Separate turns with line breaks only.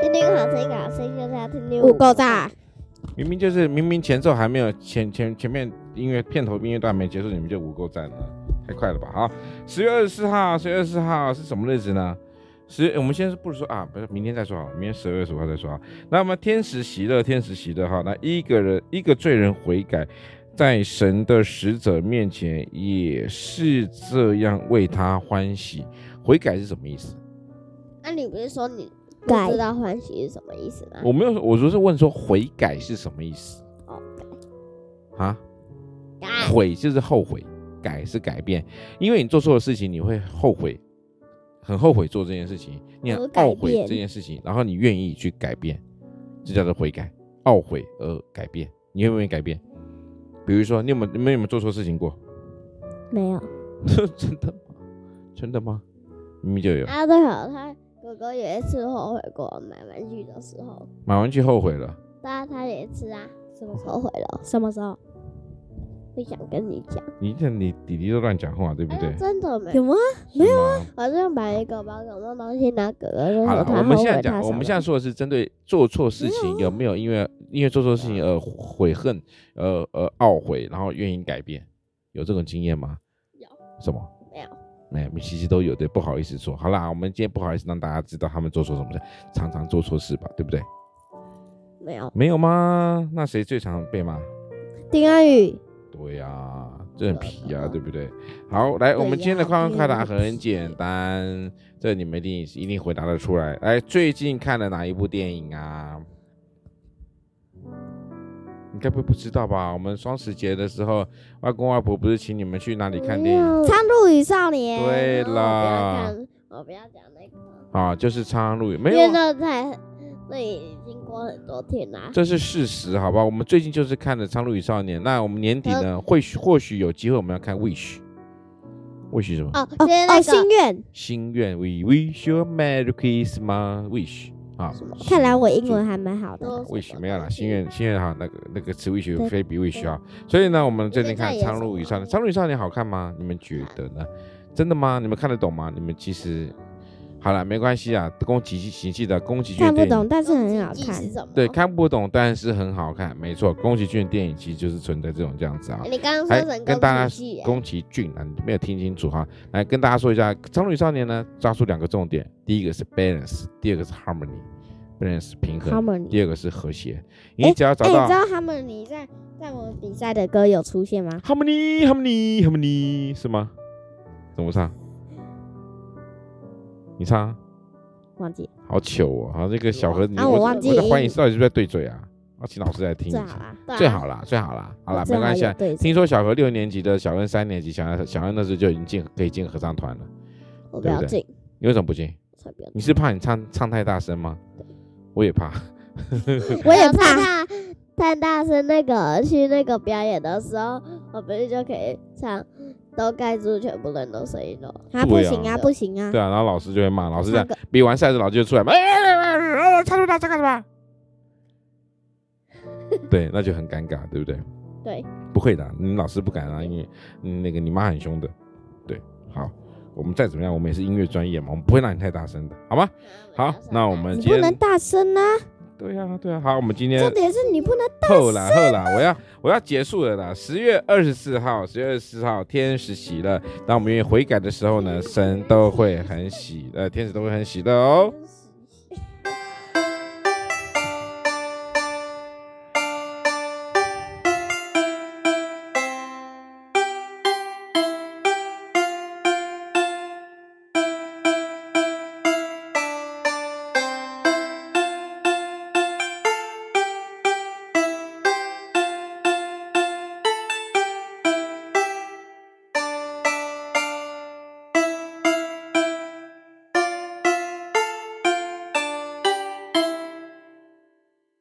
听听好听好声音，就是要听听
五够炸，
明明就是明明前奏还没有前前前面音乐片头音乐都还没结束，你们就无垢站了，太快了吧？好，十月二十四号，十月二十四号是什么日子呢？十，我们先不说啊，不是明天再说好了，明天十二月十五号再说啊。那么天使喜乐，天使喜乐哈，那一个人一个罪人悔改，在神的使者面前也是这样为他欢喜。悔改是什么意思？
那、你不是说你不
改
知道欢喜是什么意思吗？
我没有，我说是问说悔改是什么意思
哦，
啊？
改
悔就是后悔，改是改变，因为你做错的事情，你会后悔，很后悔做这件事情，你很
而改
懊悔
变
这件事情，然后你愿意去改变，这叫做悔改。懊悔而改变，你愿不愿意改变？比如说，你有没有你们有没有做错事情过？
没有，
真的吗？真的吗？明明就有
啊，对了，他哥哥有一次后悔过买玩具的时候，
买完具后悔了，
那他也是啊，
什么
我
时候？
后悔了，
什么时候？
不想跟你讲。
你看你弟弟都乱讲话，对不
哎
对
呀，？真的没
有吗？
没有啊，
我就买一个宝可梦东西，然后哥哥就说
好了，
哦他
我们
后
现在
悔
讲，
他嗯
我们
什
现在说的是针对做错事情有没有因为因为做错事
啊
情而悔恨，呃呃懊悔，然后愿意改变，有这种经验吗？
有。
什么？
没有。
没有，其实都有的，不好意思说。好啦，我们今天不好意思让大家知道他们做错什么事，常常做错事吧，对不对？
么没有，
没有吗？那谁最常被骂？
丁安宇，
对呀、这很皮呀、
呃
对不啊对？好，来，我们今天的
呀
快问快
对
答
呀
很简单，这你们一定一定回答得出来。来，最近看了哪一部电影啊？你该不会不知道吧？我们双十节的时候，外公外婆不是请你们去哪里看电影？
没有
苍鹭与少年，
对
然后我不要
啦，
讲，我不要讲那个，
啊，就是《苍狼录影》，没
因为
有啊，
那才那已经过很多天啦。
这是事实，好吧？我们最近就是看了《苍鹭与少年》，那我们年底呢，或许或许有机会我们要看《Wish》，Wish 什么？
哦，
哦
今天那
哦，
个
心愿。
心愿，We wish you a merry Christmas wish 啊
什么。
心
看来我英文还蛮好的。
都是
wish
什么
没有啦，
东西
心愿心愿哈，那个那个词 wish
对
非比 wish
对
啊。所以呢，我们最近
现在
看《
也
苍
什
鹭与
么
少
啊
年》，《苍鹭与少年》好看吗？你们觉得呢？真的吗？你们看得懂吗？你们其实好了，没关系啊，宫崎骏记的宫崎骏
看
的
不
电影
懂，。但是很好
记忆
看
是。什么？
对，看不懂，但是很好看，没错。宫崎骏的电影其实就是存在这种这样子啊
哎。你刚刚
来
说成
跟
宫
大家
崎骏
宫崎骏啊，你没有听清楚哈。来跟大家说一下，《苍鹭与少年》呢，抓住两个重点，第一个是 balance，第二个是 harmony。balance 平衡
Harmony
第二个是和谐。
诶
你只要找
哎，你
到
知道他们你在在我们比赛的歌有出现吗？
harmony harmony harmony 是吗？怎么唱？你唱啊，
忘记了，
好糗哦！好，这个小何，你
啊我忘记
我在怀疑你到底是不是在对嘴啊？要请老师来听一
最
下
好。啦，
对啊
最好啦，最好啦，好啦，没关系啊。
对，
听说小何六年级的，小恩三年级，小恩小恩那时候就已经进可以进合唱团了，
我不
对不
要
对
进，
你为什么不进？
才不要进。
你是怕你唱唱太大声吗？我也怕。
我也
太
怕。
大太大声，那个去那个表演的时候，我不是就可以唱都盖住全部人的声音了？
啊，不
对啊
行啊，不行啊
对。啊，然后老师就会骂，老师这样
嗯
唱歌
比完赛的老师就出来，哎哎哎哎哎哎，唱这么大声干什么？ 对，那就很尴尬，对不对？
对，
不会的，你老师不敢啊，因为嗯那个你妈很凶的。对，好，我们再怎么样，我们也是音乐专业嘛，我们不会让你太大声的，好吗？好
嗯
那我们
你不能大声啊！
对呀、对呀、好，我们今天
重点是你不能
后啦后啦，我要我要结束了啦！十月二十四号，十月二十四号，天使喜乐。当我们愿意悔改的时候呢，神都会很喜，呃，天使都会很喜乐哦。
是